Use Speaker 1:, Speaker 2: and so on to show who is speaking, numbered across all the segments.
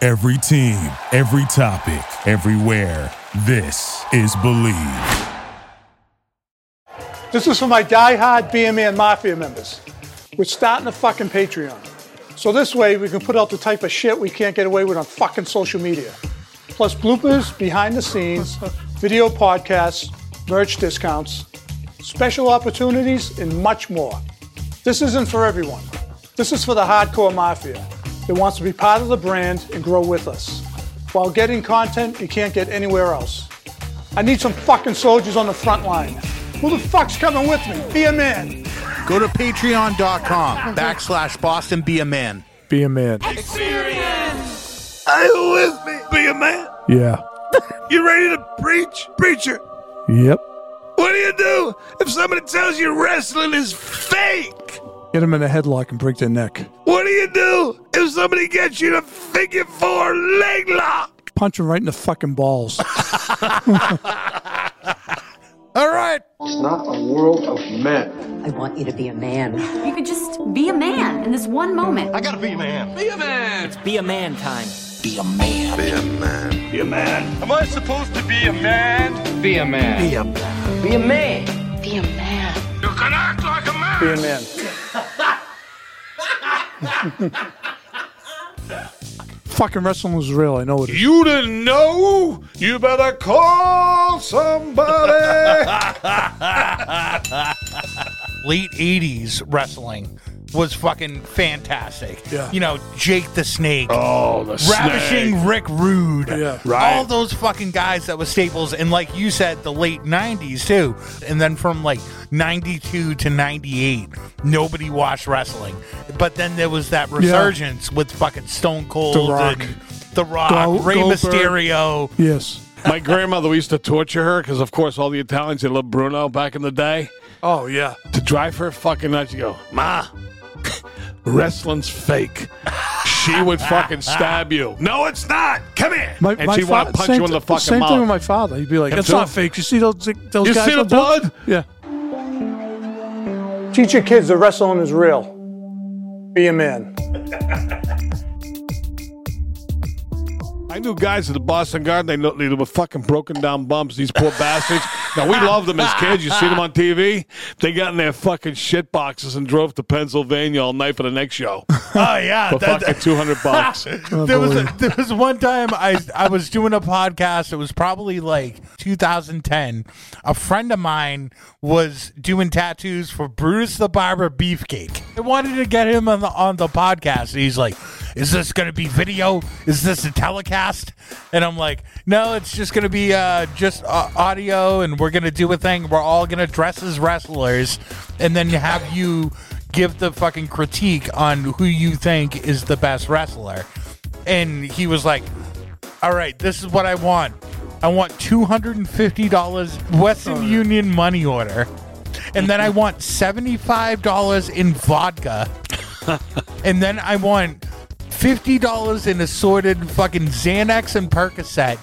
Speaker 1: Every team, every topic, everywhere. This is Believe.
Speaker 2: This is for my die-hard Beer Man Mafia members. We're starting a fucking Patreon. So this way we can put out the type of shit we can't get away with on fucking social media. Plus bloopers, behind the scenes, video podcasts, merch discounts, special opportunities, and much more. This isn't for everyone. This is for the hardcore mafia that wants to be part of the brand and grow with us while getting content you can't get anywhere else. I need some fucking soldiers on the front line. Who the fuck's coming with me? Be a man.
Speaker 3: Go to patreon.com backslash Boston Be a Man.
Speaker 4: Be a man.
Speaker 5: Are you with me? Be a man.
Speaker 4: Yeah.
Speaker 5: You ready to preach? Preacher,
Speaker 4: Yep.
Speaker 5: what do you do if somebody tells you wrestling is fake?
Speaker 4: Get him in a headlock and break their neck.
Speaker 5: What do you do if somebody gets you to figure four leg lock?
Speaker 4: Punch him right in the fucking balls.
Speaker 3: All right.
Speaker 6: It's not a world of men.
Speaker 7: I want you to be a man.
Speaker 8: You could just be a man in this one moment. I got
Speaker 9: Be a man time.
Speaker 5: Am I supposed to be a man?
Speaker 9: Be a man.
Speaker 8: be a man.
Speaker 5: You can act like a man.
Speaker 2: Be a man.
Speaker 4: fucking wrestling was real. I know it is.
Speaker 5: You didn't know? You better call somebody.
Speaker 3: Late 80s wrestling was fucking fantastic.
Speaker 4: Yeah.
Speaker 3: You know, Jake the Snake.
Speaker 5: oh, the
Speaker 3: Ravishing Rick Rude.
Speaker 4: Yeah.
Speaker 5: Right.
Speaker 3: All those fucking guys that was staples. And like you said, the late 90s too. And then from like 92 to 98, nobody watched wrestling. But then there was that resurgence with fucking Stone Cold
Speaker 4: The Rock.
Speaker 3: and The Rock,
Speaker 4: Go-
Speaker 3: Rey
Speaker 4: Goldberg.
Speaker 3: Mysterio.
Speaker 4: Yes.
Speaker 10: My grandmother used to torture her because, of course, all the Italians they loved Bruno back in the day.
Speaker 4: Oh yeah.
Speaker 10: To drive her fucking nuts, you go, Ma, wrestling's fake. She would fucking stab you. No, it's not. Come here.
Speaker 4: My,
Speaker 10: and
Speaker 4: my
Speaker 10: she want
Speaker 4: fa-
Speaker 10: to punch
Speaker 4: same
Speaker 10: you in the
Speaker 4: thi-
Speaker 10: fucking
Speaker 4: Same
Speaker 10: mouth.
Speaker 4: thing with my father. He'd be like,
Speaker 10: Him
Speaker 4: "That's
Speaker 10: too?
Speaker 4: not fake. You see those those
Speaker 10: You
Speaker 4: guys?"
Speaker 10: see the
Speaker 4: up there?"
Speaker 10: blood?
Speaker 4: Yeah.
Speaker 2: Teach your kids that wrestling is real. Be a man.
Speaker 10: I knew guys at the Boston Garden. They, looked- they were fucking broken down bumps. These poor bastards. Now we loved them as kids. You see them on TV. They got in their fucking shit boxes and drove to Pennsylvania all night for the next show
Speaker 3: Oh, yeah.
Speaker 10: for
Speaker 3: that-
Speaker 10: fucking two hundred bucks.
Speaker 3: there was a, there was one time I I was doing a podcast. It was probably like 2010. A friend of mine was doing tattoos for Brutus the Barber Beefcake. I wanted to get him on the on the podcast. And he's like, "Is this going to be video? Is this a telecast?" And I'm like, "No, it's just going to be uh, just uh, audio, and we're going to do a thing. We're all going to dress as wrestlers, and then have you." Give the fucking critique on who you think is the best wrestler and he was like, "All right, this is what I want. I want two hundred and fifty dollars Western Union money order, and then I want seventy-five dollars in vodka, and then I want fifty dollars in assorted fucking Xanax and Percocet,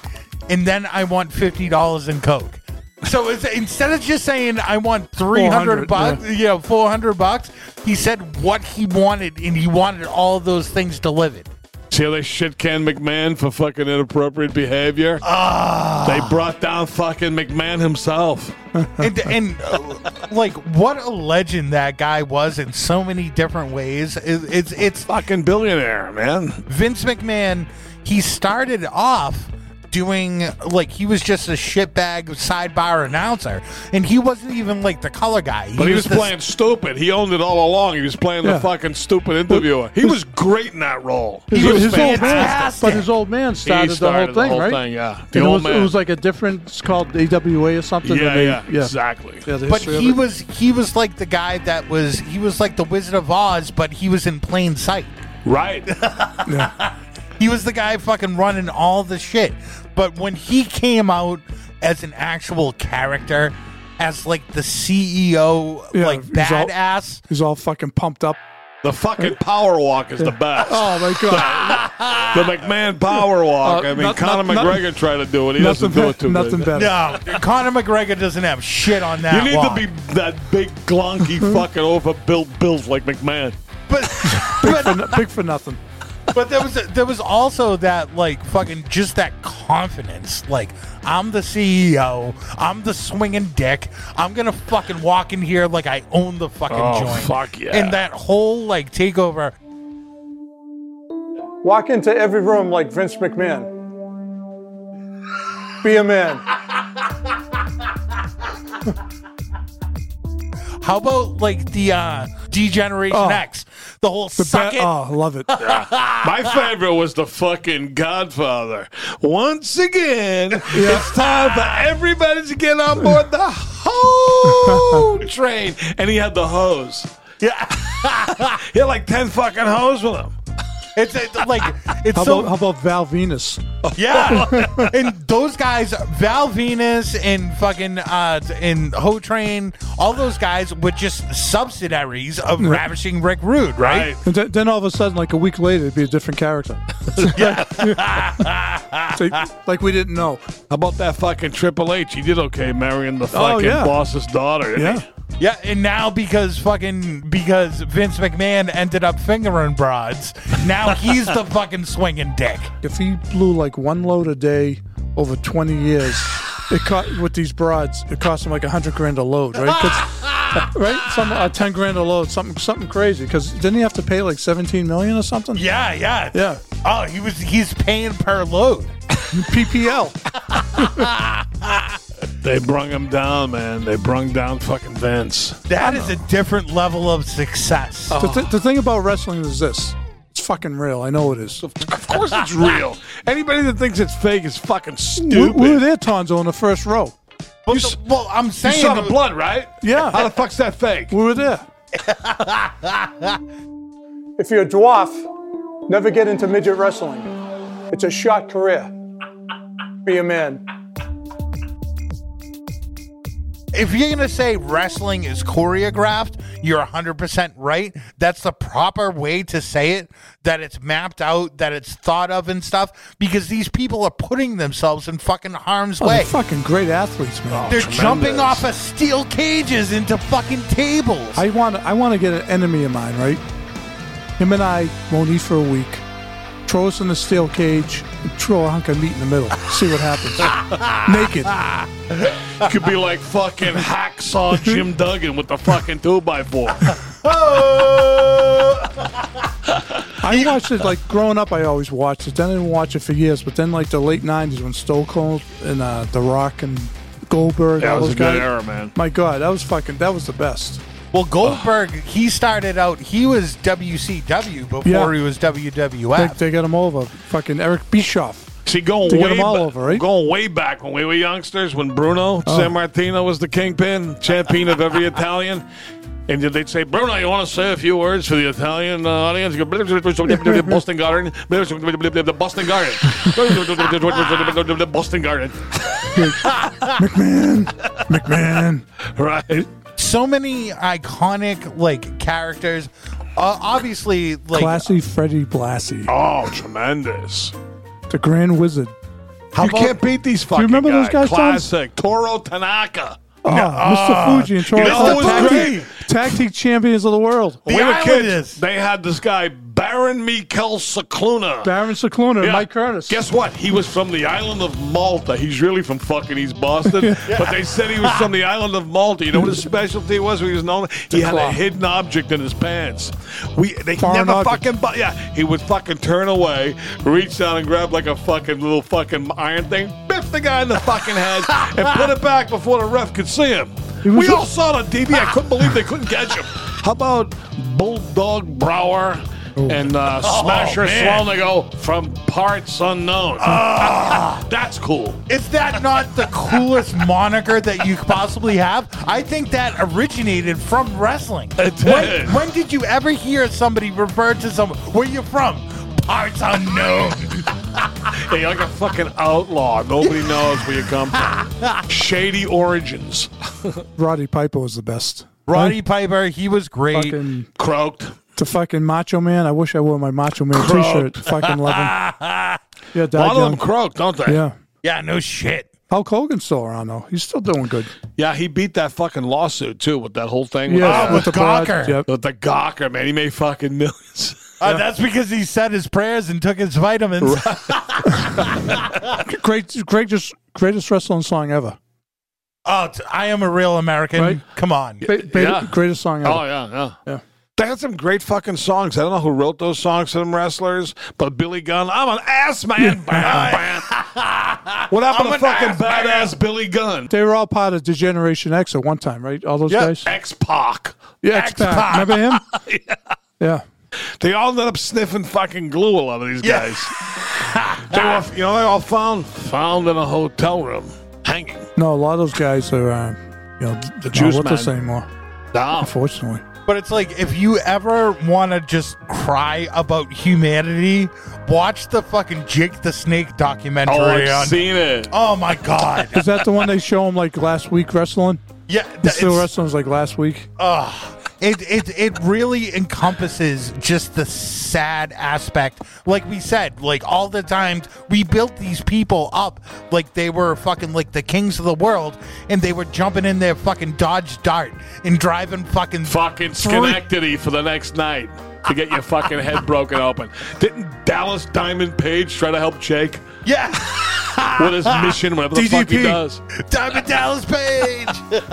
Speaker 3: and then I want fifty dollars in Coke." So it's, instead of just saying I want three hundred
Speaker 4: 400,
Speaker 3: bucks, you know, four hundred bucks, he said what he wanted, and he wanted all those things delivered.
Speaker 10: See how they shit can McMahon for fucking inappropriate behavior?
Speaker 4: Ah.
Speaker 10: They brought down fucking McMahon himself.
Speaker 3: and, and uh, like what a legend that guy was in so many different ways. It- it's it's
Speaker 10: Fucking billionaire, man.
Speaker 3: Vince McMahon. He started off doing like he was just a shitbag sidebar announcer, and he wasn't even like the color guy.
Speaker 10: But he was
Speaker 3: the-
Speaker 10: playing stupid. He owned it all along. He was playing
Speaker 4: Yeah.
Speaker 10: the fucking stupid interviewer. He was great in that role.
Speaker 3: He was
Speaker 4: old man,
Speaker 3: fantastic.
Speaker 4: but his old man started,
Speaker 10: started
Speaker 4: the whole thing, right?
Speaker 10: yeah. The
Speaker 4: And it
Speaker 10: old
Speaker 4: was,
Speaker 10: man.
Speaker 4: it was like a different. It's called AWA or something.
Speaker 10: yeah,
Speaker 4: and they-
Speaker 10: yeah, exactly.
Speaker 4: Yeah, the
Speaker 3: But
Speaker 4: history of
Speaker 3: he
Speaker 4: it.
Speaker 3: was he was like the guy that was he was like the Wizard of Oz, but he was in plain sight.
Speaker 10: Right.
Speaker 3: He was the guy fucking running all the shit. But when he came out as an actual character, as like the CEO,
Speaker 4: Yeah,
Speaker 3: like
Speaker 4: he's all-
Speaker 3: badass,
Speaker 4: He's all fucking pumped up.
Speaker 10: The fucking power walk is the best.
Speaker 4: Oh my god.
Speaker 10: The McMahon power walk.
Speaker 4: Uh,
Speaker 10: I mean,
Speaker 4: not-
Speaker 10: Conor
Speaker 4: not-
Speaker 10: McGregor tried to do it. He doesn't do it too
Speaker 4: nothing
Speaker 10: good.
Speaker 4: better.
Speaker 3: no, Conor McGregor doesn't have shit on that.
Speaker 10: You need
Speaker 3: walk.
Speaker 10: to be that big, glonky, fucking overbuilt built like McMahon.
Speaker 3: but, but
Speaker 4: Big for nothing.
Speaker 3: But there was there was also that like fucking just that confidence. Like I'm the CEO. I'm the swinging dick. I'm gonna fucking walk in here like I own the fucking
Speaker 10: Oh,
Speaker 3: joint.
Speaker 10: fuck yeah.
Speaker 3: And that whole like takeover.
Speaker 11: Walk into every room like Vince McMahon. Be a man.
Speaker 3: How about like the uh Degeneration
Speaker 2: Oh.
Speaker 3: X? The whole suck
Speaker 2: Be-
Speaker 3: it.
Speaker 2: Oh, I love it.
Speaker 10: My favorite was the fucking Godfather. Once again, it's time for everybody to get on board the hoe train. And he had the hose. Yeah. he had like 10 fucking hoes with him.
Speaker 3: It's, it's like it's
Speaker 2: How
Speaker 3: so
Speaker 2: about, how about Val Venus?
Speaker 3: Yeah, and those guys, Val Venus and fucking uh and Ho Train, all those guys were just subsidiaries of ravishing Rick Rude, right?
Speaker 2: And th- then all of a sudden, like a week later, it'd be a different character. So, like we didn't know.
Speaker 10: How about that fucking Triple H? He did okay marrying the fucking
Speaker 2: Oh, yeah.
Speaker 10: boss's daughter. didn't he?
Speaker 3: Yeah, and now because fucking because Vince McMahon ended up fingering broads, now he's the fucking swinging dick.
Speaker 2: If he blew like one load a day over 20 years, it caught with these broads. It cost him like 100 grand a load, right? 'Cause- right? Some uh, 10 grand a load, something something crazy. Because didn't he have to pay like 17 million or something?
Speaker 3: Yeah, yeah,
Speaker 2: Yeah.
Speaker 3: Oh, he was he's paying per load.
Speaker 2: PPL.
Speaker 10: They brung him down, man. They brung down fucking Vince.
Speaker 3: That is a different level of success.
Speaker 2: The, th- the thing about wrestling is this. It's fucking real. I know it is.
Speaker 10: Of course it's real. Anybody that thinks it's fake is fucking
Speaker 2: We,
Speaker 10: stupid.
Speaker 2: we were there, Tonzo, in the first row.
Speaker 3: But
Speaker 10: you
Speaker 3: the-
Speaker 10: s-
Speaker 3: well, I'm
Speaker 10: you
Speaker 3: saying
Speaker 10: saw the blood, right?
Speaker 2: Yeah.
Speaker 10: How the fuck's that fake?
Speaker 2: We were there.
Speaker 11: If you're a dwarf, never get into midget wrestling. It's a short career. Be a man.
Speaker 3: if you're gonna say wrestling is choreographed, you're 100% right. That's the proper way to say it. That it's mapped out, that it's thought of and stuff. Because these people are putting themselves in fucking harm's
Speaker 2: Oh, they're
Speaker 3: way.
Speaker 2: fucking great athletes, man.
Speaker 3: They're jumping off of steel cages into fucking tables.
Speaker 2: I want I want to get an enemy of mine, right? Him and I won't eat for a week. Throw us in the steel cage and throw a hunk of meat in the middle. See what happens. Naked.
Speaker 10: could be like fucking hacksaw Jim Duggan with the fucking two by four.
Speaker 2: I watched it like growing up. I always watched it. Then I didn't watch it for years. But then like the late '90s when Stone Cold and uh, The Rock and Goldberg,
Speaker 10: That
Speaker 2: all
Speaker 10: was
Speaker 2: those
Speaker 10: a good
Speaker 2: guys.
Speaker 10: era, man.
Speaker 2: My God, that was fucking. That was the best.
Speaker 3: well, Goldberg, he started out, he was WCW before
Speaker 2: Yeah.
Speaker 3: he was
Speaker 10: Ah.
Speaker 2: They,
Speaker 3: WWF.
Speaker 2: they got him over. Fucking Eric Bischoff.
Speaker 10: See, going
Speaker 2: To
Speaker 10: way
Speaker 2: get them all
Speaker 10: ba-
Speaker 2: over, right? Oh.
Speaker 10: going way back when we were youngsters, when Bruno San Martino was the kingpin, champion of every Italian. And they'd say, Bruno, you want to say a few words for the Italian uh, audience? You go, Boston Garden, the Boston Garden, Boston Garden,
Speaker 2: McMahon, McMahon.
Speaker 10: right?
Speaker 3: so many iconic, like, characters. Uh, obviously, like,
Speaker 2: Classy Freddie Blassie,
Speaker 10: Oh, tremendous!
Speaker 2: the Grand Wizard.
Speaker 10: you can't beat these fucking.
Speaker 2: remember those guys, Tom?
Speaker 10: Classic Toro Tanaka.
Speaker 2: Oh, Mr. Fuji and Charles.
Speaker 10: Ah, you know
Speaker 2: Tag
Speaker 10: who was
Speaker 2: team-
Speaker 10: great?
Speaker 2: Tag team champions of the world.
Speaker 10: When we were
Speaker 3: Islanders.
Speaker 10: kids, they had this guy, Baron Mikel Sakluna.
Speaker 2: Baron Cicluna
Speaker 10: Yeah.
Speaker 2: and Mike Curtis.
Speaker 10: Guess what? He was from the island of Malta. He's really from fucking East Boston, but they said he was from the island of Malta. You know what his specialty was? When he was known. He had
Speaker 2: claw.
Speaker 10: a hidden object in his pants. We they
Speaker 2: Foreign
Speaker 10: never
Speaker 2: object.
Speaker 10: fucking. Bu- yeah, he would fucking turn away, reach down and grab like a fucking little fucking iron thing, biff the guy in the fucking head, and put it back before the ref could see him.
Speaker 2: was
Speaker 10: We
Speaker 2: a-
Speaker 10: all saw it on TV. I couldn't believe they couldn't catch him. How about Bulldog Brower?
Speaker 2: Oh.
Speaker 10: And uh, Smasher Swalnigo from parts unknown.
Speaker 2: Ah.
Speaker 10: That's cool.
Speaker 3: Is that not the coolest moniker that you could possibly have? I think that originated from wrestling.
Speaker 10: It did.
Speaker 3: When, when did you ever hear somebody refer to someone? Where you from? Parts unknown.
Speaker 10: Yeah, you're like a fucking outlaw. Nobody knows where you come from. Shady origins.
Speaker 2: Roddy Piper was the best.
Speaker 3: Roddy Piper, he was great.
Speaker 2: Fucking
Speaker 10: Croaked.
Speaker 2: the fucking Macho Man. I wish I wore my Macho Man
Speaker 10: Crow.
Speaker 2: T-shirt. Fucking love him. Yeah,
Speaker 10: A lot
Speaker 2: died
Speaker 10: of them
Speaker 2: young.
Speaker 10: croaked, don't they?
Speaker 2: yeah.
Speaker 3: yeah, no shit.
Speaker 2: Hulk Hogan's still around though. He's still doing good.
Speaker 10: Yeah, he beat that fucking lawsuit too with that whole thing.
Speaker 2: Yeah,
Speaker 10: with,
Speaker 3: with
Speaker 2: broad-
Speaker 3: Gawker.
Speaker 2: Yep.
Speaker 10: the, with the Gawker, man. He made fucking millions.
Speaker 3: Uh, That's because he said his prayers and took his vitamins.
Speaker 2: Great, greatest, greatest wrestling song ever.
Speaker 3: oh, t- I am a real American.
Speaker 2: Right.
Speaker 3: Come on.
Speaker 2: Ba- ba-
Speaker 10: Yeah.
Speaker 2: Greatest song ever.
Speaker 10: Oh yeah, yeah,
Speaker 2: Yeah.
Speaker 10: They had some great fucking songs. I don't know who wrote those songs for them wrestlers, but Billy Gunn, I'm an ass man. Bam, bam. what happened to fucking badass Billy Gunn?
Speaker 2: They were all part of Degeneration X at one time, right? All those guys.
Speaker 10: X Pac.
Speaker 2: X-Pac. Remember him? yeah.
Speaker 10: They all ended up sniffing fucking glue. A lot of these guys. they were, you know, they all found found in a hotel room, hanging.
Speaker 2: No, a lot of those guys are, um, you know, the
Speaker 10: Juice
Speaker 2: not with us
Speaker 10: Man.
Speaker 2: anymore.
Speaker 10: Nah.
Speaker 2: Unfortunately,
Speaker 3: But it's like if you ever want to just cry about humanity, watch the fucking Jake the Snake documentary.
Speaker 10: Oh,
Speaker 3: on-
Speaker 10: I've seen it.
Speaker 3: oh my god!
Speaker 2: is that the one they show him like last week wrestling?
Speaker 3: yeah,
Speaker 2: The
Speaker 3: th-
Speaker 2: still
Speaker 3: it's- uh,
Speaker 2: wrestling was like last week.
Speaker 3: it it it really encompasses just the sad aspect. Like we said, like all the times we built these people up like they were fucking like the kings of the world, and they were jumping in their fucking Dodge Dart and driving fucking
Speaker 10: fucking Schenectady for the next night to get your fucking head broken open. Didn't Dallas Diamond Page try to help Jake
Speaker 3: yeah.
Speaker 10: with his mission, whatever the fuck he
Speaker 3: DDP.
Speaker 10: does?
Speaker 3: Diamond Dallas Page.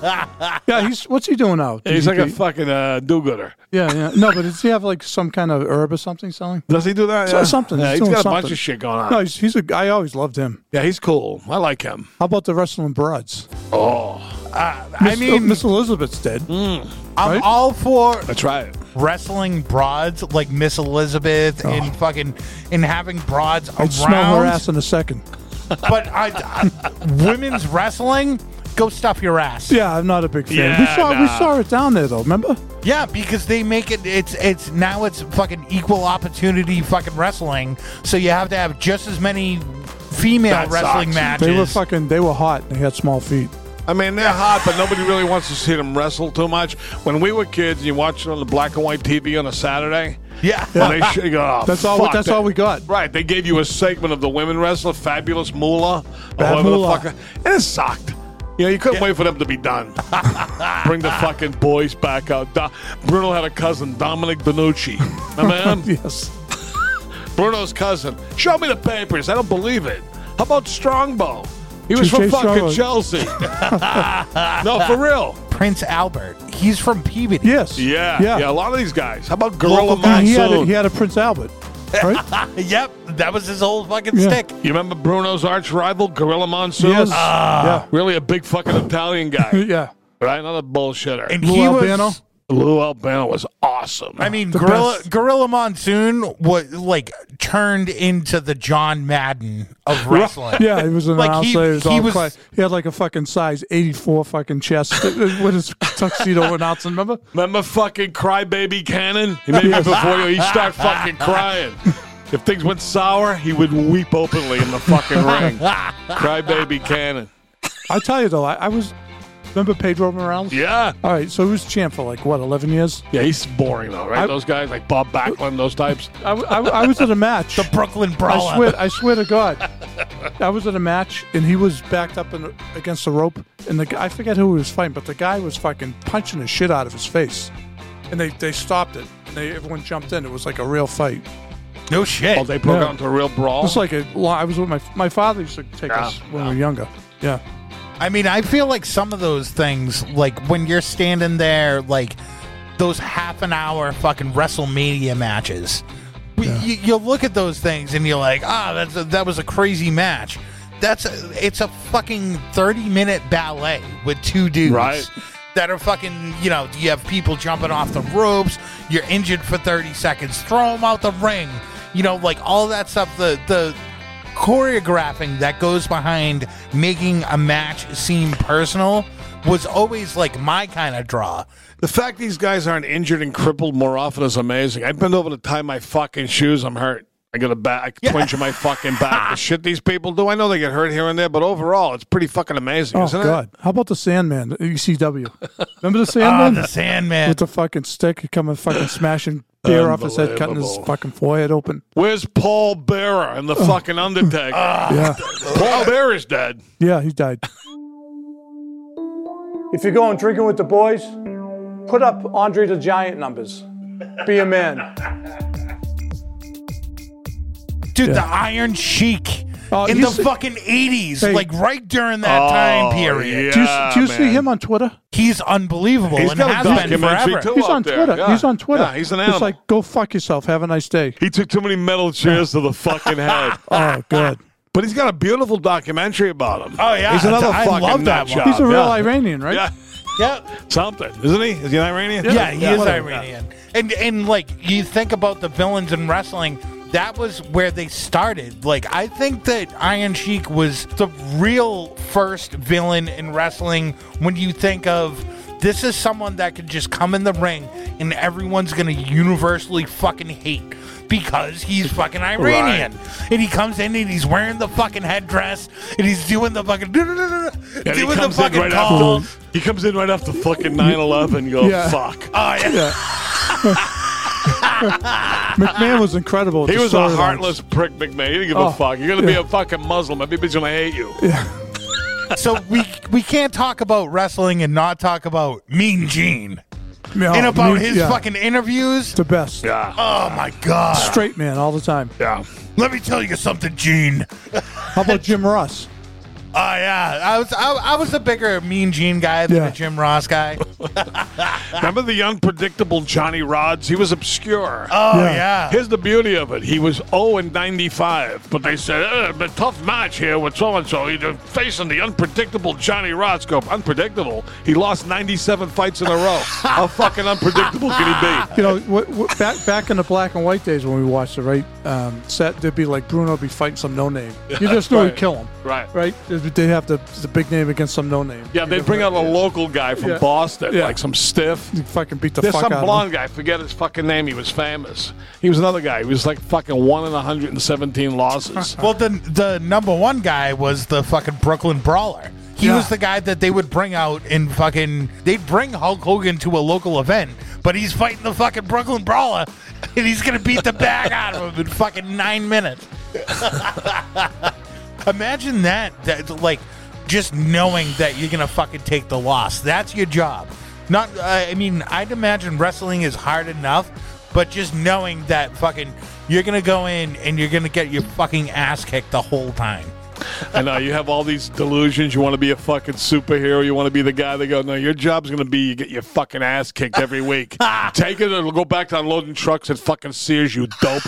Speaker 2: Yeah, he's what's he doing now?
Speaker 10: He's like a
Speaker 2: DDP?
Speaker 10: fucking uh, do-gooder.
Speaker 2: yeah, yeah. No, but does he have like some kind of herb or something selling?
Speaker 10: Does he do that?
Speaker 2: So- something.
Speaker 10: Yeah,
Speaker 2: He's
Speaker 10: he's
Speaker 2: doing
Speaker 10: got a bunch
Speaker 2: something.
Speaker 10: of shit going on.
Speaker 2: No, he's, he's a. I always loved him.
Speaker 10: yeah, he's cool. I like him.
Speaker 2: How about the wrestling broads?
Speaker 3: I
Speaker 2: Miss-
Speaker 3: mean,
Speaker 2: Miss Elizabeth's dead.
Speaker 10: Mm,
Speaker 3: I'm
Speaker 2: right?
Speaker 3: all for
Speaker 10: Let's try it.
Speaker 3: wrestling broads like Miss Elizabeth and fucking and having broads
Speaker 2: I'd
Speaker 3: around.
Speaker 2: smell her ass in a second.
Speaker 3: But I, I- women's wrestling, go stuff your ass.
Speaker 2: Yeah, I'm not a big fan. we
Speaker 10: Yeah,
Speaker 2: saw we
Speaker 10: nah.
Speaker 2: saw it down there though. Remember?
Speaker 3: Yeah, because they make it. It's it's now it's fucking equal opportunity fucking wrestling. So you have to have just as many female
Speaker 10: That
Speaker 3: wrestling
Speaker 10: sucks.
Speaker 3: matches.
Speaker 2: They were fucking. They were hot. and They had small feet.
Speaker 10: I mean, they're hot, but nobody really wants to see them wrestle too much. When we were kids, you watch it on the black and white TV on a Saturday.
Speaker 3: Yeah.
Speaker 10: And they should go. "Oh,
Speaker 2: That's all.
Speaker 10: fuck,
Speaker 2: that's
Speaker 10: that-
Speaker 2: all we got.
Speaker 10: Right, they gave you a segment of the women wrestler, Fabulous Moolah, or
Speaker 2: Bad
Speaker 10: whatever
Speaker 2: Moolah.
Speaker 10: the fuck, and it sucked. You know, you couldn't wait for them to be done. Bring the fucking boys back out. Do- Bruno had a cousin, Dominic Benucci. Remember him?
Speaker 2: Yes.
Speaker 10: Bruno's cousin. Show me the papers. I don't believe it. How about Strongbow? He was
Speaker 2: T.J.
Speaker 10: from fucking
Speaker 2: Strongbow.
Speaker 10: Chelsea. no, for real.
Speaker 3: Prince Albert. He's from Peabody.
Speaker 2: Yes.
Speaker 10: Yeah, yeah,
Speaker 2: Yeah.
Speaker 10: A lot of these guys. How about
Speaker 2: Local
Speaker 10: Gorilla
Speaker 2: guy. he had a,
Speaker 10: Monsoon?
Speaker 2: he had a Prince Albert, right?
Speaker 3: Yep, that was his whole fucking
Speaker 2: Yeah.
Speaker 3: stick.
Speaker 10: you remember Bruno's arch rival, Gorilla Monsoon? Ah.
Speaker 2: yes.
Speaker 10: Really a big fucking Italian
Speaker 2: yeah.
Speaker 10: guy.
Speaker 2: Yeah.
Speaker 10: Right? Not a bullshitter.
Speaker 3: And
Speaker 2: Lou
Speaker 3: he
Speaker 2: Albano?
Speaker 3: was.
Speaker 10: Lou Albano was awesome.
Speaker 3: I mean, Gorilla
Speaker 2: best.
Speaker 3: Gorilla Monsoon was like turned into the John Madden of wrestling.
Speaker 2: Yeah, he was an
Speaker 3: Like, he-
Speaker 2: announcer. He, was
Speaker 3: he
Speaker 2: all
Speaker 3: was-
Speaker 2: class. he had like a fucking size 84 fucking chest with his tuxedo announcing. Remember?
Speaker 10: remember fucking Crybaby Cannon? He made me before you. He start fucking crying. If things went sour, he would weep openly in the fucking ring. Crybaby Cannon.
Speaker 2: I tell you though, I, I was. Remember Pedro Morales?
Speaker 10: Yeah.
Speaker 2: All right, so he was champ for like what, 11 years?
Speaker 10: Yeah, he's boring though, right?
Speaker 2: I-
Speaker 10: those guys like Bob Backlund, those types.
Speaker 2: I, I- I was at a match.
Speaker 3: Brooklyn Brawler.
Speaker 2: I swear, I swear to God, I was at a match and he was backed up in, against the rope, and the guy, I forget who he was fighting, but the guy was fucking punching the shit out of his face, and they, they stopped it, and they, everyone jumped in. It was like a real fight.
Speaker 3: No shit.
Speaker 10: Oh, they broke
Speaker 2: Yeah.
Speaker 10: out into a real brawl.
Speaker 2: It's like a lo- I was with my my father used to take
Speaker 10: Yeah,
Speaker 2: us when we were younger. Yeah,
Speaker 3: I mean, I feel like some of those things, like when you're standing there, like those half an hour fucking WrestleMania matches, we, you, you look at those things and you're like, ah, that's a, that was a crazy match. That's a, it's a fucking thirty minute ballet with two dudes.
Speaker 10: Right.
Speaker 3: That are fucking, you know, you have people jumping off the ropes, you're injured for 30 seconds, throw them out the ring, you know, like all that stuff. The, the, choreographing that goes behind making a match seem personal was always like my kind of draw.
Speaker 10: The fact these guys aren't injured and crippled more often is amazing. I bend over to tie my fucking shoes. I'm hurt. I got a back twinge in my fucking back. the shit these people do. I know they get hurt here and there, but overall, it's pretty fucking amazing,
Speaker 2: oh
Speaker 10: isn't
Speaker 2: God, how about the Sandman, the ECW? Remember the
Speaker 3: Ah,
Speaker 2: Sandman
Speaker 3: the Sandman.
Speaker 2: with the fucking stick coming, fucking smashing beer off his head, cutting his
Speaker 10: Unbelievable.
Speaker 2: fucking forehead open.
Speaker 10: it? Where's Paul Bearer and the fucking Undertaker?
Speaker 2: Yeah,
Speaker 10: Paul Bearer's dead.
Speaker 2: yeah, he died.
Speaker 11: If you're going drinking with the boys, put up Andre the Giant numbers. Be a man.
Speaker 3: Dude, the Iron Sheik
Speaker 2: Oh,
Speaker 3: in the
Speaker 2: he's-
Speaker 3: fucking 80s,
Speaker 2: Hey.
Speaker 3: like right during that
Speaker 10: Oh,
Speaker 3: time period.
Speaker 10: yeah.
Speaker 2: Do you, do you see
Speaker 10: man.
Speaker 2: him on Twitter?
Speaker 3: He's unbelievable
Speaker 10: He's
Speaker 3: and
Speaker 10: got a
Speaker 3: has been
Speaker 10: documentary,
Speaker 3: forever.
Speaker 10: too.
Speaker 2: He's
Speaker 10: up
Speaker 2: on
Speaker 10: there,
Speaker 2: Twitter.
Speaker 10: yeah.
Speaker 2: He's on Twitter.
Speaker 10: Yeah, he's an
Speaker 2: It's
Speaker 10: animal.
Speaker 2: like go fuck yourself. Have a nice day.
Speaker 10: He took too many metal chairs to the fucking head.
Speaker 2: Oh, good.
Speaker 10: But he's got a beautiful documentary about him.
Speaker 3: Oh, yeah.
Speaker 10: he's another
Speaker 3: I
Speaker 10: fucking
Speaker 3: love that
Speaker 10: nut
Speaker 3: one.
Speaker 10: job.
Speaker 2: He's a real
Speaker 10: yeah.
Speaker 2: Iranian, right?
Speaker 10: Yeah,
Speaker 3: Yep.
Speaker 10: something, isn't he? Is he an Iranian?
Speaker 3: Yeah, he is
Speaker 2: whatever.
Speaker 3: Iranian. And and like you think about the villains in wrestling, that was where they started. Like I think that Iron Sheik was the real first villain in wrestling when you think of this is someone that could just come in the ring and everyone's gonna universally fucking hate because he's fucking Iranian. And he comes in and he's wearing the fucking headdress and he's doing the fucking
Speaker 10: And he
Speaker 3: doing the
Speaker 10: comes in
Speaker 3: fucking
Speaker 10: right
Speaker 3: call.
Speaker 10: after. He comes in right after fucking 9-11 Go
Speaker 2: Yeah.
Speaker 10: fuck.
Speaker 3: Oh yeah.
Speaker 2: McMahon was incredible. with
Speaker 10: He
Speaker 2: the
Speaker 10: was a
Speaker 2: storylines.
Speaker 10: heartless prick, McMahon. He didn't give
Speaker 2: Oh,
Speaker 10: a fuck. You're gonna be a fucking Muslim. Everybody's gonna hate you.
Speaker 3: So we we can't talk about wrestling and not talk about Mean Gene
Speaker 2: Yeah,
Speaker 3: and about
Speaker 2: me-
Speaker 3: his
Speaker 2: yeah.
Speaker 3: fucking interviews.
Speaker 2: the best.
Speaker 3: Oh my god!
Speaker 2: Straight man all the time.
Speaker 10: Yeah.
Speaker 3: Let me tell you something, Gene.
Speaker 2: How about Jim Ross?
Speaker 3: Oh yeah, I was I, I was a bigger Mean Gene guy than
Speaker 2: Yeah.
Speaker 3: a Jim Ross guy.
Speaker 10: Remember the unpredictable Johnny Rods? He was obscure.
Speaker 3: Oh
Speaker 2: Yeah.
Speaker 3: yeah.
Speaker 10: Here's the beauty of it. He was 0 and 95, but they said, uh, a tough match here with so and so. He's facing the unpredictable Johnny Roscoe. Unpredictable. He lost 97 fights in a row. How fucking unpredictable can he be?
Speaker 2: You know, wh- wh- back back in the black and white days when we watched it, right? Um, set there'd be like Bruno be fighting some no name. You just knew
Speaker 10: right.
Speaker 2: he'd kill him,
Speaker 10: Right.
Speaker 2: right? They have the the big name against some no name.
Speaker 10: Yeah, they bring out a local guy from
Speaker 2: Yeah.
Speaker 10: Boston,
Speaker 2: Yeah.
Speaker 10: like some stiff.
Speaker 2: fucking beat the
Speaker 10: There's
Speaker 2: fuck
Speaker 10: some
Speaker 2: out
Speaker 10: blonde guy. Forget his fucking name. He was famous. He was another guy. He was like fucking 1 in 117 losses.
Speaker 3: Well, the the number one guy was the fucking Brooklyn Brawler. He
Speaker 2: Yeah.
Speaker 3: was the guy that they would bring out and fucking they'd bring Hulk Hogan to a local event, but he's fighting the fucking Brooklyn Brawler, and he's gonna beat the bag out of him in fucking nine minutes. Imagine that, that like just knowing that you're gonna fucking take the loss. That's your job. Not, I I mean, I'd imagine wrestling is hard enough, but just knowing that fucking you're gonna go in and you're gonna get your fucking ass kicked the whole time.
Speaker 10: I know you have all these delusions. You want to be a fucking superhero. You want to be the guy that go, no, your job's going to be you get your fucking ass kicked every week. Take it and go back to unloading trucks at fucking Sears, you dope.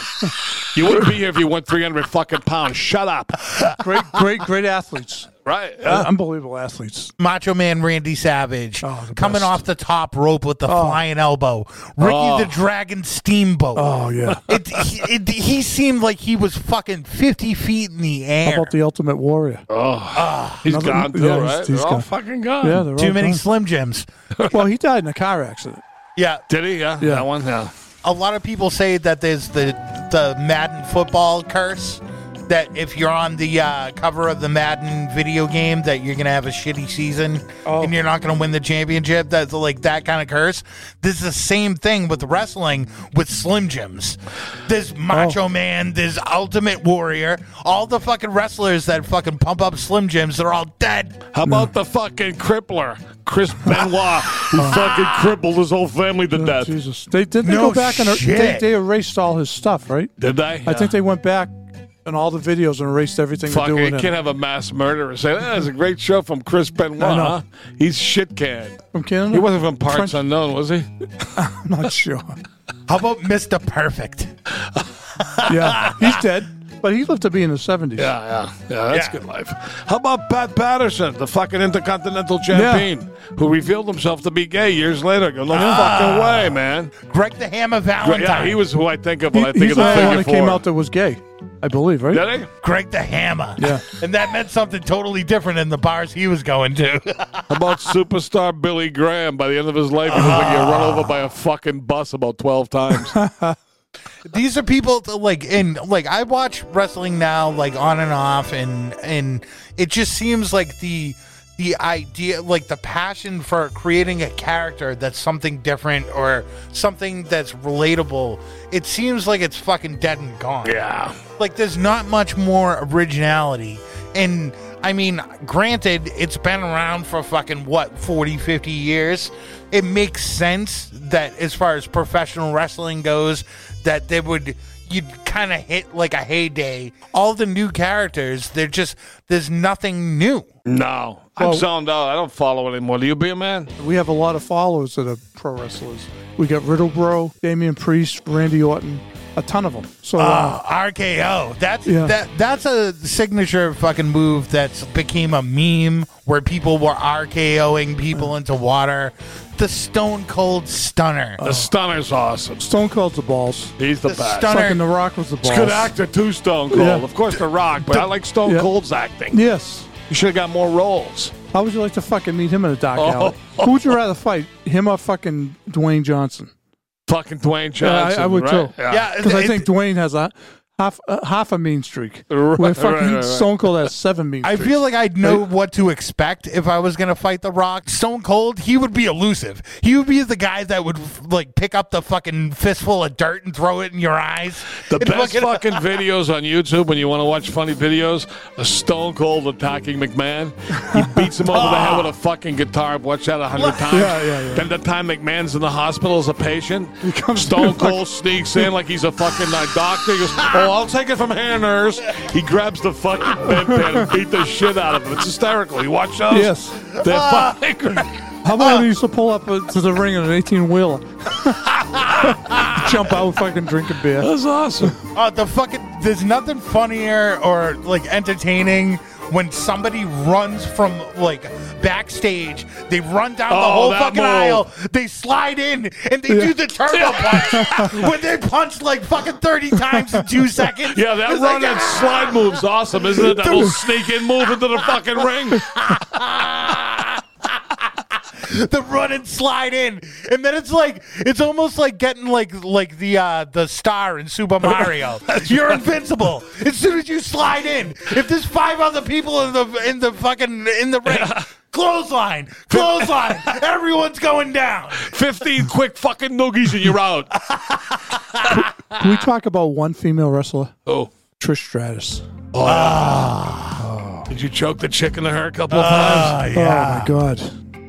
Speaker 10: you wouldn't be here if you went 300 fucking pounds. Shut up.
Speaker 2: of him. Great, great, great athletes.
Speaker 10: Right.
Speaker 2: Unbelievable athletes.
Speaker 3: Macho Man Randy Savage
Speaker 2: Oh, the
Speaker 3: coming
Speaker 2: best.
Speaker 3: off the top rope with the flying elbow. Ricky the Dragon Steamboat.
Speaker 2: Oh yeah.
Speaker 3: It, he, it, he seemed like he was fucking 50 feet in the air.
Speaker 2: How about the Ultimate Warrior?
Speaker 10: Oh, he's
Speaker 2: another-
Speaker 10: gone
Speaker 2: yeah,
Speaker 10: too,
Speaker 2: he's-
Speaker 10: right?
Speaker 2: he's
Speaker 10: They're all
Speaker 2: gone.
Speaker 10: fucking gone.
Speaker 2: yeah, they're
Speaker 3: Too
Speaker 2: all
Speaker 3: many
Speaker 2: gone.
Speaker 3: Slim Jims.
Speaker 2: well, he died in a car accident.
Speaker 3: Yeah.
Speaker 10: Did he? Yeah.
Speaker 2: Yeah.
Speaker 10: That one? Yeah.
Speaker 3: A lot of people say that there's the, the Madden football curse. That if you're on the uh, cover of the Madden video game, that you're gonna have a shitty season and you're not gonna win the championship. That's like that kind of curse. This is the same thing with wrestling with Slim Jims. There's Macho Man, there's Ultimate Warrior. All the fucking wrestlers that fucking pump up Slim Jims, they're all dead.
Speaker 10: How about the fucking crippler, Chris Benoit, who fucking crippled his whole family
Speaker 2: Oh,
Speaker 10: to death?
Speaker 2: Jesus, they didn't they
Speaker 3: No
Speaker 2: go back and er- they,
Speaker 3: shit.
Speaker 2: they erased all his stuff, right?
Speaker 10: Did they?
Speaker 2: I think they went back and all the videos and erased everything to
Speaker 10: Fucking,
Speaker 2: do
Speaker 10: you
Speaker 2: with
Speaker 10: can't
Speaker 2: him.
Speaker 10: have a mass murderer say that was a great show from Chris Benoit.
Speaker 2: I know.
Speaker 10: huh? He's shit can.
Speaker 2: From Canada,
Speaker 10: He wasn't from Parts
Speaker 2: French-
Speaker 10: Unknown, was he?
Speaker 2: I'm not sure.
Speaker 3: How about Mr. Perfect?
Speaker 2: Yeah, he's dead, but he lived to be in the 70s.
Speaker 10: Yeah, yeah, yeah. That's
Speaker 3: Yeah.
Speaker 10: good life. How about Pat Patterson, the fucking Intercontinental Champion, who revealed himself to be gay years later? Go no fucking way, man.
Speaker 3: Greg the Hammer Valentine.
Speaker 10: Yeah, he was who I think of when I
Speaker 2: He-
Speaker 10: think
Speaker 2: he's
Speaker 10: of
Speaker 2: the
Speaker 10: the
Speaker 2: only one
Speaker 10: figure
Speaker 2: that
Speaker 10: four.
Speaker 2: came out that was gay, I believe, right?
Speaker 10: Did he?
Speaker 3: Greg the Hammer.
Speaker 2: Yeah.
Speaker 3: And that meant something totally different in the bars he was going to.
Speaker 10: How about superstar Billy Graham? By the end of his life, he was like he got run over by a fucking bus about twelve times.
Speaker 3: These are people that, like in like I watch wrestling now like on and off and and it just seems like the the idea like the passion for creating a character that's something different or something that's relatable it seems like it's fucking dead and gone.
Speaker 10: yeah.
Speaker 3: like there's not much more originality and i mean granted it's been around for fucking what 40 50 years it makes sense that as far as professional wrestling goes that they would you'd kind of hit like a heyday. All the new characters, they're just there's nothing new.
Speaker 10: No, I'm zoned out. I don't follow anymore. Do you be a man?
Speaker 2: We have a lot of followers that are pro wrestlers. We got Riddle Bro, Damian Priest, Randy Orton, a ton of them. So
Speaker 10: Ah.
Speaker 2: uh,
Speaker 3: Oh, RKO. That's
Speaker 2: Yeah.
Speaker 3: that that's a signature fucking move that's became a meme where people were RKOing
Speaker 10: Mm.
Speaker 3: people into water. The Stone Cold Stunner.
Speaker 10: The stunner's awesome.
Speaker 2: Stone Cold's Oh. the balls.
Speaker 10: He's the,
Speaker 3: The
Speaker 10: best.
Speaker 3: Stunner.
Speaker 2: Fucking The Rock was the balls.
Speaker 10: Good actor too, Stone Cold.
Speaker 2: Yeah.
Speaker 10: Of course, The Rock, but I like Stone
Speaker 2: yeah.
Speaker 10: Cold's acting.
Speaker 2: Yes.
Speaker 10: You should have got more roles.
Speaker 2: How would you like to fucking meet him in a dock
Speaker 10: Oh.
Speaker 2: alley? Who would you rather fight, him or fucking Dwayne Johnson?
Speaker 10: Fucking Dwayne Johnson.
Speaker 2: Yeah, I- I would
Speaker 10: right?
Speaker 2: too.
Speaker 3: yeah,
Speaker 2: Because I
Speaker 3: it-
Speaker 2: think Dwayne has a half a, half a mean streak.
Speaker 10: Right,
Speaker 2: where fucking
Speaker 10: right, right.
Speaker 2: Stone Cold has seven mean.
Speaker 3: I
Speaker 2: streaks.
Speaker 3: feel like I'd know what to expect if I was gonna fight The Rock. Stone Cold, he would be elusive. He would be the guy that would like pick up the fucking fistful of dirt and throw it in your eyes.
Speaker 10: The
Speaker 3: And
Speaker 10: best fucking videos on YouTube when you want to watch funny videos, a Stone Cold attacking McMahon. He beats him over the head with a fucking guitar. I've watched that a hundred times.
Speaker 2: Ah. Yeah, yeah, yeah.
Speaker 10: Then the time McMahon's in the hospital as a patient,
Speaker 2: comes
Speaker 10: Stone
Speaker 2: to the
Speaker 10: Cold sneaks in like he's a fucking uh, doctor. He goes, "Oh, I'll take it from here, nurse." He grabs the fucking bedpan and beat the shit out of him. It's hysterical. You watch those?
Speaker 2: Yes. Ah.
Speaker 10: They're fucking great.
Speaker 2: How about when he used to pull up uh, to the ring on an eighteen wheeler, jump out, fucking drinking beer.
Speaker 10: That's awesome.
Speaker 3: Uh, the fucking there's nothing funnier or like entertaining when somebody runs from like backstage. They run down the
Speaker 10: Oh,
Speaker 3: whole
Speaker 10: that
Speaker 3: fucking
Speaker 10: move.
Speaker 3: aisle. They slide in and they do the turbo punch when they punch like fucking thirty times in two seconds.
Speaker 10: Yeah, that
Speaker 3: It's
Speaker 10: run
Speaker 3: like,
Speaker 10: and slide move's awesome, isn't it? That little sneak in move into the fucking ring.
Speaker 3: the run and slide in, and then it's like it's almost like getting like like the uh the star in Super Mario. You're invincible as soon as you slide in. If there's five other people in the in the fucking in the ring, clothesline, clothesline, everyone's going down.
Speaker 10: 15 quick fucking noogies and you're out.
Speaker 2: Can we talk about one female wrestler?
Speaker 10: Oh.
Speaker 2: Trish Stratus.
Speaker 10: Did you choke the chick into her a couple of times?
Speaker 2: Oh my god,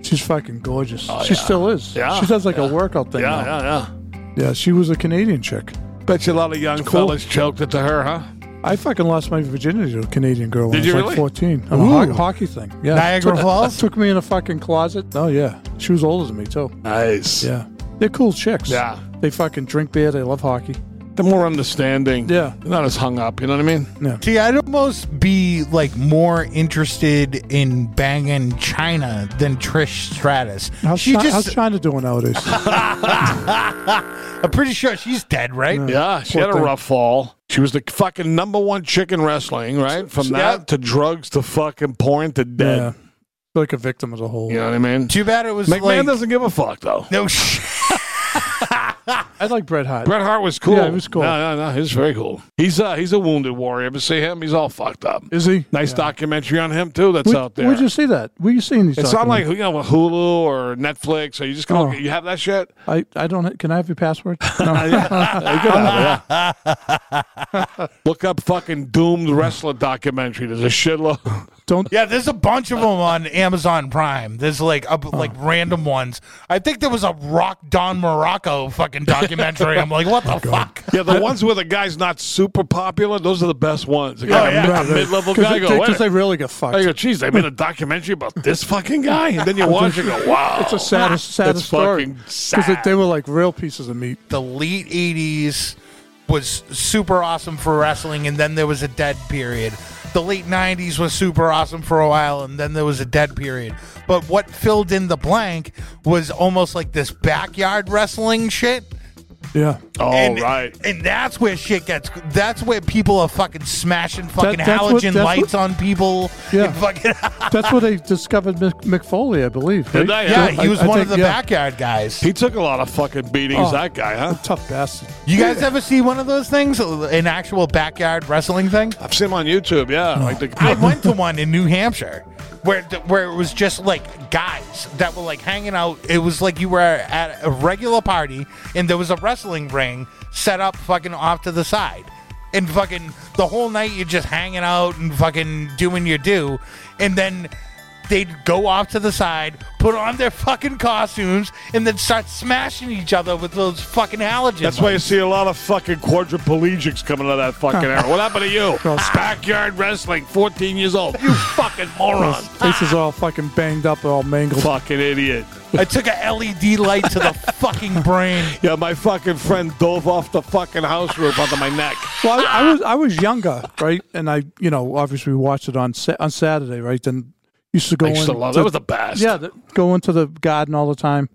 Speaker 2: she's fucking gorgeous. she still is.
Speaker 10: Oh, Yeah,
Speaker 2: She does like a workout thing.
Speaker 10: Yeah,
Speaker 2: Yeah,
Speaker 10: yeah, yeah.
Speaker 2: yeah. Yeah. She was a Canadian chick.
Speaker 10: Bet you a lot of young fellas choked it to her, huh?
Speaker 2: I fucking lost my virginity to a Canadian girl when
Speaker 10: Did you
Speaker 2: I was
Speaker 10: really?
Speaker 2: like 14. On a ho- hockey thing. Yeah.
Speaker 3: Niagara
Speaker 2: Took-
Speaker 3: Falls?
Speaker 2: Took me in a fucking closet. Oh, yeah. She was older than me, too.
Speaker 10: Nice.
Speaker 2: Yeah. They're cool chicks.
Speaker 10: Yeah.
Speaker 2: They fucking drink beer. They love hockey.
Speaker 10: They're more understanding.
Speaker 2: Yeah.
Speaker 10: They're not as hung up, you know what I mean?
Speaker 3: See, I'd almost be like more interested in banging China than Trish Stratus.
Speaker 2: How's,
Speaker 3: she
Speaker 2: Chi- how's
Speaker 3: just,
Speaker 2: China doing nowadays?
Speaker 3: I'm pretty sure she's dead, right?
Speaker 10: Yeah, she
Speaker 2: Poor
Speaker 10: had a
Speaker 2: thing.
Speaker 10: rough fall. She was the fucking number one chick in wrestling, right? From that to drugs to fucking porn to
Speaker 2: yeah.
Speaker 10: dead.
Speaker 2: Feel like a victim as a whole.
Speaker 10: You know what I mean?
Speaker 3: Too bad it was
Speaker 10: McMahon
Speaker 3: like
Speaker 10: doesn't give a fuck, though.
Speaker 3: no shit.
Speaker 2: I like Bret Hart.
Speaker 10: Bret Hart was cool.
Speaker 2: Yeah, he was cool.
Speaker 10: No, no, no, he's very cool. He's uh, he's a wounded warrior. Ever see him? He's all fucked up.
Speaker 2: Is he?
Speaker 10: Nice documentary on him too. That's
Speaker 2: Where-
Speaker 10: out there.
Speaker 2: Where'd you see that? Where you seeing these
Speaker 10: it's not like
Speaker 2: documentaries?
Speaker 10: you know Hulu or Netflix. Or you just gonna
Speaker 2: Oh.
Speaker 10: look at- you have that shit?
Speaker 2: I, I don't. ha- Can I have your password? No.
Speaker 10: Look up fucking doomed wrestler documentary. There's a shitload.
Speaker 2: don't.
Speaker 3: Yeah, there's a bunch of them on Amazon Prime. There's like a, like random ones. I think there was a Rock Don Morocco fucking documentary. I'm like, what the fuck?
Speaker 10: Yeah, the ones where the guy's not super popular. Those are the best ones. Like,
Speaker 3: Oh,
Speaker 10: a
Speaker 3: yeah.
Speaker 10: mid- a mid-level guy. Go,
Speaker 2: Because
Speaker 10: wait.
Speaker 2: they really get fucked.
Speaker 10: I go, geez, they made a documentary about this fucking guy, and then you watch and go, wow,
Speaker 2: It's a saddest, saddest
Speaker 10: "Ah, That's
Speaker 2: story.
Speaker 10: fucking
Speaker 2: they,
Speaker 10: sad.
Speaker 2: they were like real pieces of meat.
Speaker 3: The late '80s was super awesome for wrestling, and then there was a dead period. The late '90s was super awesome for a while, and then there was a dead period. But what filled in the blank was almost like this backyard wrestling shit.
Speaker 2: Yeah.
Speaker 10: All right.
Speaker 3: and, And that's where shit gets. That's where people are fucking smashing fucking
Speaker 2: that's what-
Speaker 3: halogen
Speaker 2: that's
Speaker 3: lights on people.
Speaker 2: Yeah.
Speaker 3: and fucking,
Speaker 2: That's where they discovered Mick, Mick Foley, I believe.
Speaker 10: Did
Speaker 2: right?
Speaker 10: they?
Speaker 3: yeah,
Speaker 10: I-
Speaker 3: he was
Speaker 2: I
Speaker 3: one
Speaker 2: think-
Speaker 3: of the
Speaker 2: yeah.
Speaker 3: backyard guys.
Speaker 10: He took a lot of fucking beatings,
Speaker 2: Oh.
Speaker 10: that guy, huh?
Speaker 2: Tough bastard.
Speaker 3: You guys ever see one of those things? An actual backyard wrestling thing?
Speaker 10: I've seen him on YouTube, yeah.
Speaker 2: Oh.
Speaker 10: Like the,
Speaker 3: I went to one in New Hampshire where th- where it was just like guys that were like hanging out. It was like you were at a regular party and there was a wrestling ring set up fucking off to the side. And fucking the whole night you're just hanging out and fucking doing your do. And then they'd go off to the side, put on their fucking costumes, and then start smashing each other with those fucking halogen.
Speaker 10: That's why you
Speaker 3: lights.
Speaker 10: see a lot of fucking quadriplegics coming out of that fucking
Speaker 2: Oh.
Speaker 10: era. What happened to you? Backyard wrestling, 14 years old. You fucking moron.
Speaker 2: His face is all fucking banged up, all mangled.
Speaker 10: fucking idiot.
Speaker 3: I took a LED light to the fucking brain.
Speaker 10: Yeah, my fucking friend dove off the fucking house roof onto my neck.
Speaker 2: Well, I, I was I was younger, right? And I, you know, obviously we watched it on sa- on Saturday, right? Then used to go
Speaker 10: I used to
Speaker 2: in
Speaker 10: love
Speaker 2: to-
Speaker 10: that was the best.
Speaker 2: yeah, the, go into the garden all the time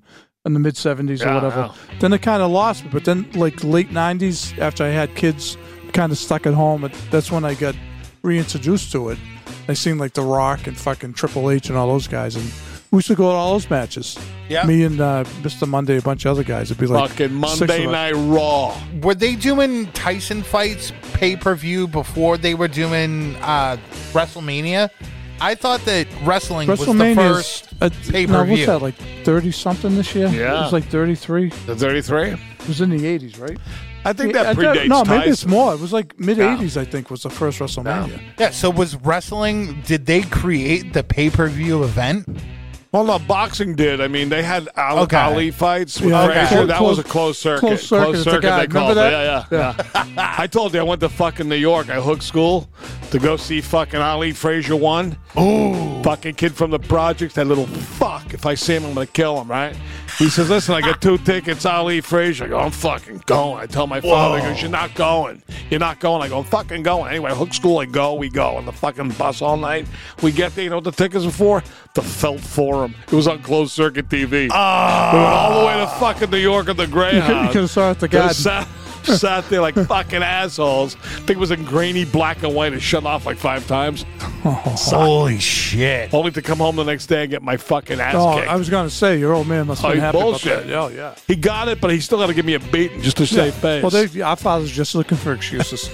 Speaker 2: in the mid 70s
Speaker 10: Yeah, I
Speaker 2: or whatever.
Speaker 10: know.
Speaker 2: Then it kind of lost me, but then like late 90s after I had kids, kind of stuck at home. It, that's when I got reintroduced to it. I seen like The Rock and fucking Triple H and all those guys, and we used to go to all those matches.
Speaker 3: Yeah.
Speaker 2: me and uh, Mr. Monday, a bunch of other guys. It'd be like
Speaker 10: fucking
Speaker 2: six of
Speaker 10: Monday
Speaker 2: us.
Speaker 10: Night Raw.
Speaker 3: Were they doing Tyson fights pay per view before they were doing uh, WrestleMania? I thought that wrestling was the
Speaker 2: WrestleMania's
Speaker 3: first
Speaker 2: uh,
Speaker 3: pay
Speaker 2: no,
Speaker 3: per
Speaker 2: what's
Speaker 3: view.
Speaker 2: that like thirty something this year?
Speaker 10: Yeah.
Speaker 2: it was like thirty three.
Speaker 10: The 33?
Speaker 2: It was in the eighties, right?
Speaker 10: I think that
Speaker 2: Yeah, I
Speaker 10: predates
Speaker 2: thought- no, maybe it's
Speaker 10: Tyson.
Speaker 2: more. It was like mid eighties, I think, was the first WrestleMania.
Speaker 3: Yeah, so was wrestling, did they create the pay per view event?
Speaker 10: Well, no, boxing did. I mean, they had Ali,
Speaker 3: Okay.
Speaker 10: Ali fights with
Speaker 2: Yeah, okay.
Speaker 10: Frazier.
Speaker 2: Close-
Speaker 10: That was a closed circuit.
Speaker 2: closed circuit, it's a guy.
Speaker 10: they
Speaker 2: Remember
Speaker 10: called
Speaker 2: that?
Speaker 10: it. Yeah, yeah. yeah. I told you I went to fucking New York. I hooked school to go see fucking Ali Frazier one. Ooh. Fucking kid from the projects, that little fuck. If I see him, I'm going to kill him, right? He says, listen, I got two tickets, Ali Frazier. I go, I'm fucking going. I tell my father, he goes, you're not going. You're not going. I go, I'm fucking going. Anyway, I hook school, I go, we go. On the fucking bus all night. We get there, you know what the tickets were for? The Felt Forum. It was on closed circuit TV. We went all the way to fucking New York in the Greyhound.
Speaker 2: You could've saw it at the
Speaker 10: Just
Speaker 2: garden.
Speaker 10: Sat, sat there like fucking assholes. think it was in grainy black and white. It shut off like five times.
Speaker 3: Holy shit.
Speaker 10: Only to come home the next day and get my fucking ass
Speaker 2: Oh,
Speaker 10: kicked.
Speaker 2: I was gonna say your old man must have
Speaker 10: Oh,
Speaker 2: been happy
Speaker 10: bullshit.
Speaker 2: about that. Oh, yeah.
Speaker 10: He got it, but he still had to give me a beating just to save face.
Speaker 2: Well, they, our father's just looking for excuses.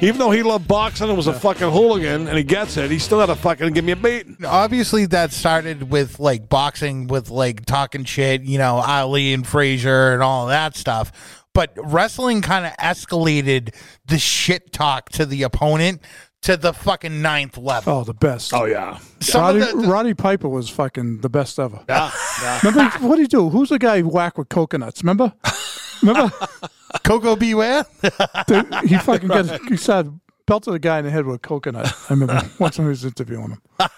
Speaker 10: Even though he loved boxing and was a fucking hooligan and he gets it, he still had to fucking give me a beating.
Speaker 3: Obviously, that started with like boxing, with like talking shit, you know, Ali and Frazier and all that stuff. But wrestling kind of escalated the shit talk to the opponent to the fucking ninth level.
Speaker 2: oh, the best.
Speaker 10: Oh, yeah.
Speaker 3: Some
Speaker 2: Roddy,
Speaker 3: of the-
Speaker 2: Roddy Piper was fucking the best ever.
Speaker 10: Yeah.
Speaker 2: Remember what he do? Who's the guy he whacked with coconuts? Remember? Remember?
Speaker 3: Coco Beware?
Speaker 2: The- he fucking got he said belted a guy in the head with a coconut. I remember once when he was interviewing him.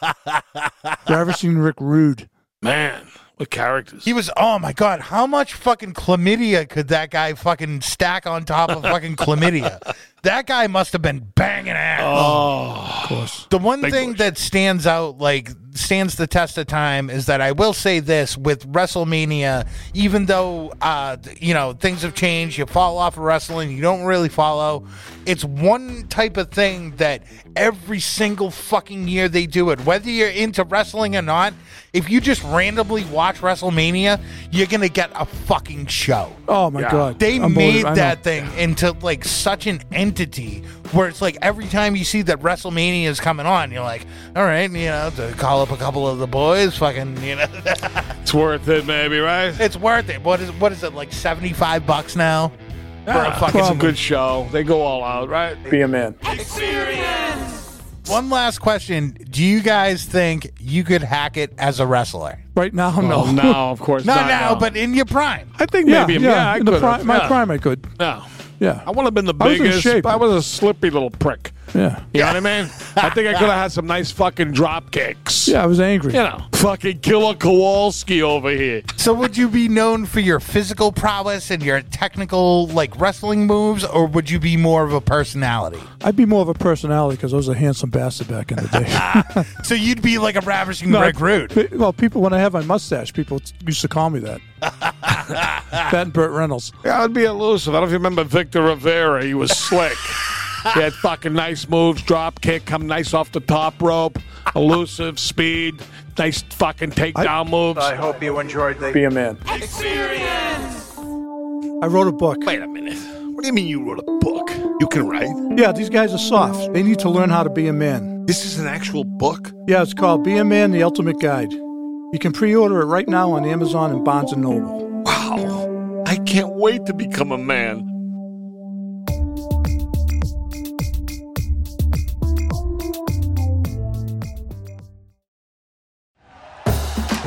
Speaker 2: you ever seen Rick Rude?
Speaker 10: Man, what characters.
Speaker 3: He was, oh my God, how much fucking chlamydia could that guy fucking stack on top of fucking chlamydia? That guy must have been banging ass.
Speaker 10: Oh,
Speaker 3: The one thing
Speaker 10: push.
Speaker 3: that stands out, like stands the test of time, is that I will say this with WrestleMania, even though uh, th- you know things have changed, you fall off of wrestling, you don't really follow. It's one type of thing that every single fucking year they do it, whether you're into wrestling or not. If you just randomly watch WrestleMania, you're gonna get a fucking show.
Speaker 2: Oh my god.
Speaker 3: They made
Speaker 2: Unbelievable. I know.
Speaker 3: that thing into like such an entity where it's like every time you see that WrestleMania is coming on, you're like, all right, you know, to call up a couple of the boys, fucking, you know,
Speaker 10: it's worth it, maybe, right?
Speaker 3: it's worth it. What is what is it like seventy five bucks now for a fucking
Speaker 10: It's a good show. They go all out, right?
Speaker 11: Be a man.
Speaker 3: one last question? Do you guys think you could hack it as a wrestler?
Speaker 2: right now. No,
Speaker 10: Oh, no, of course
Speaker 3: Not,
Speaker 10: not.
Speaker 3: now,
Speaker 10: no.
Speaker 3: but in your prime.
Speaker 10: I think
Speaker 2: Yeah,
Speaker 10: maybe.
Speaker 2: yeah.
Speaker 10: Yeah, I
Speaker 2: in the
Speaker 10: could.
Speaker 2: prime, my prime, I could.
Speaker 10: No.
Speaker 2: Yeah,
Speaker 10: I would have been the
Speaker 2: I was in
Speaker 10: biggest.
Speaker 2: shape.
Speaker 10: I was a slippy little prick.
Speaker 2: yeah,
Speaker 10: You know what I mean? I think I could have had some nice fucking drop kicks.
Speaker 2: yeah. I was angry.
Speaker 10: You know, fucking Killer Kowalski over here.
Speaker 3: So would you be known for your physical prowess and your technical like wrestling moves, or would you be more of a personality?
Speaker 2: I'd be more of a personality because I was a handsome bastard back in the day.
Speaker 3: So you'd be like a ravishing
Speaker 2: No,
Speaker 3: Rick Rude.
Speaker 2: pe- Well, people when I had my mustache, people t- used to call me that. that and Burt Reynolds.
Speaker 10: Yeah, I'd be elusive. I don't know if you remember Victor Rivera. He was slick. he had fucking nice moves, drop kick, come nice off the top rope, elusive, speed, nice fucking takedown moves.
Speaker 9: hope you enjoyed the
Speaker 11: Be a man.
Speaker 2: I wrote a book.
Speaker 5: Wait a minute. What do you mean you wrote a book? You can write?
Speaker 2: Yeah, these guys are soft. They need to learn how to be a man.
Speaker 5: This is an actual book?
Speaker 2: Yeah, it's called Be a Man: The Ultimate Guide. You can pre-order it right now on Amazon and Barnes and Noble.
Speaker 10: Wow. I can't wait to become a man.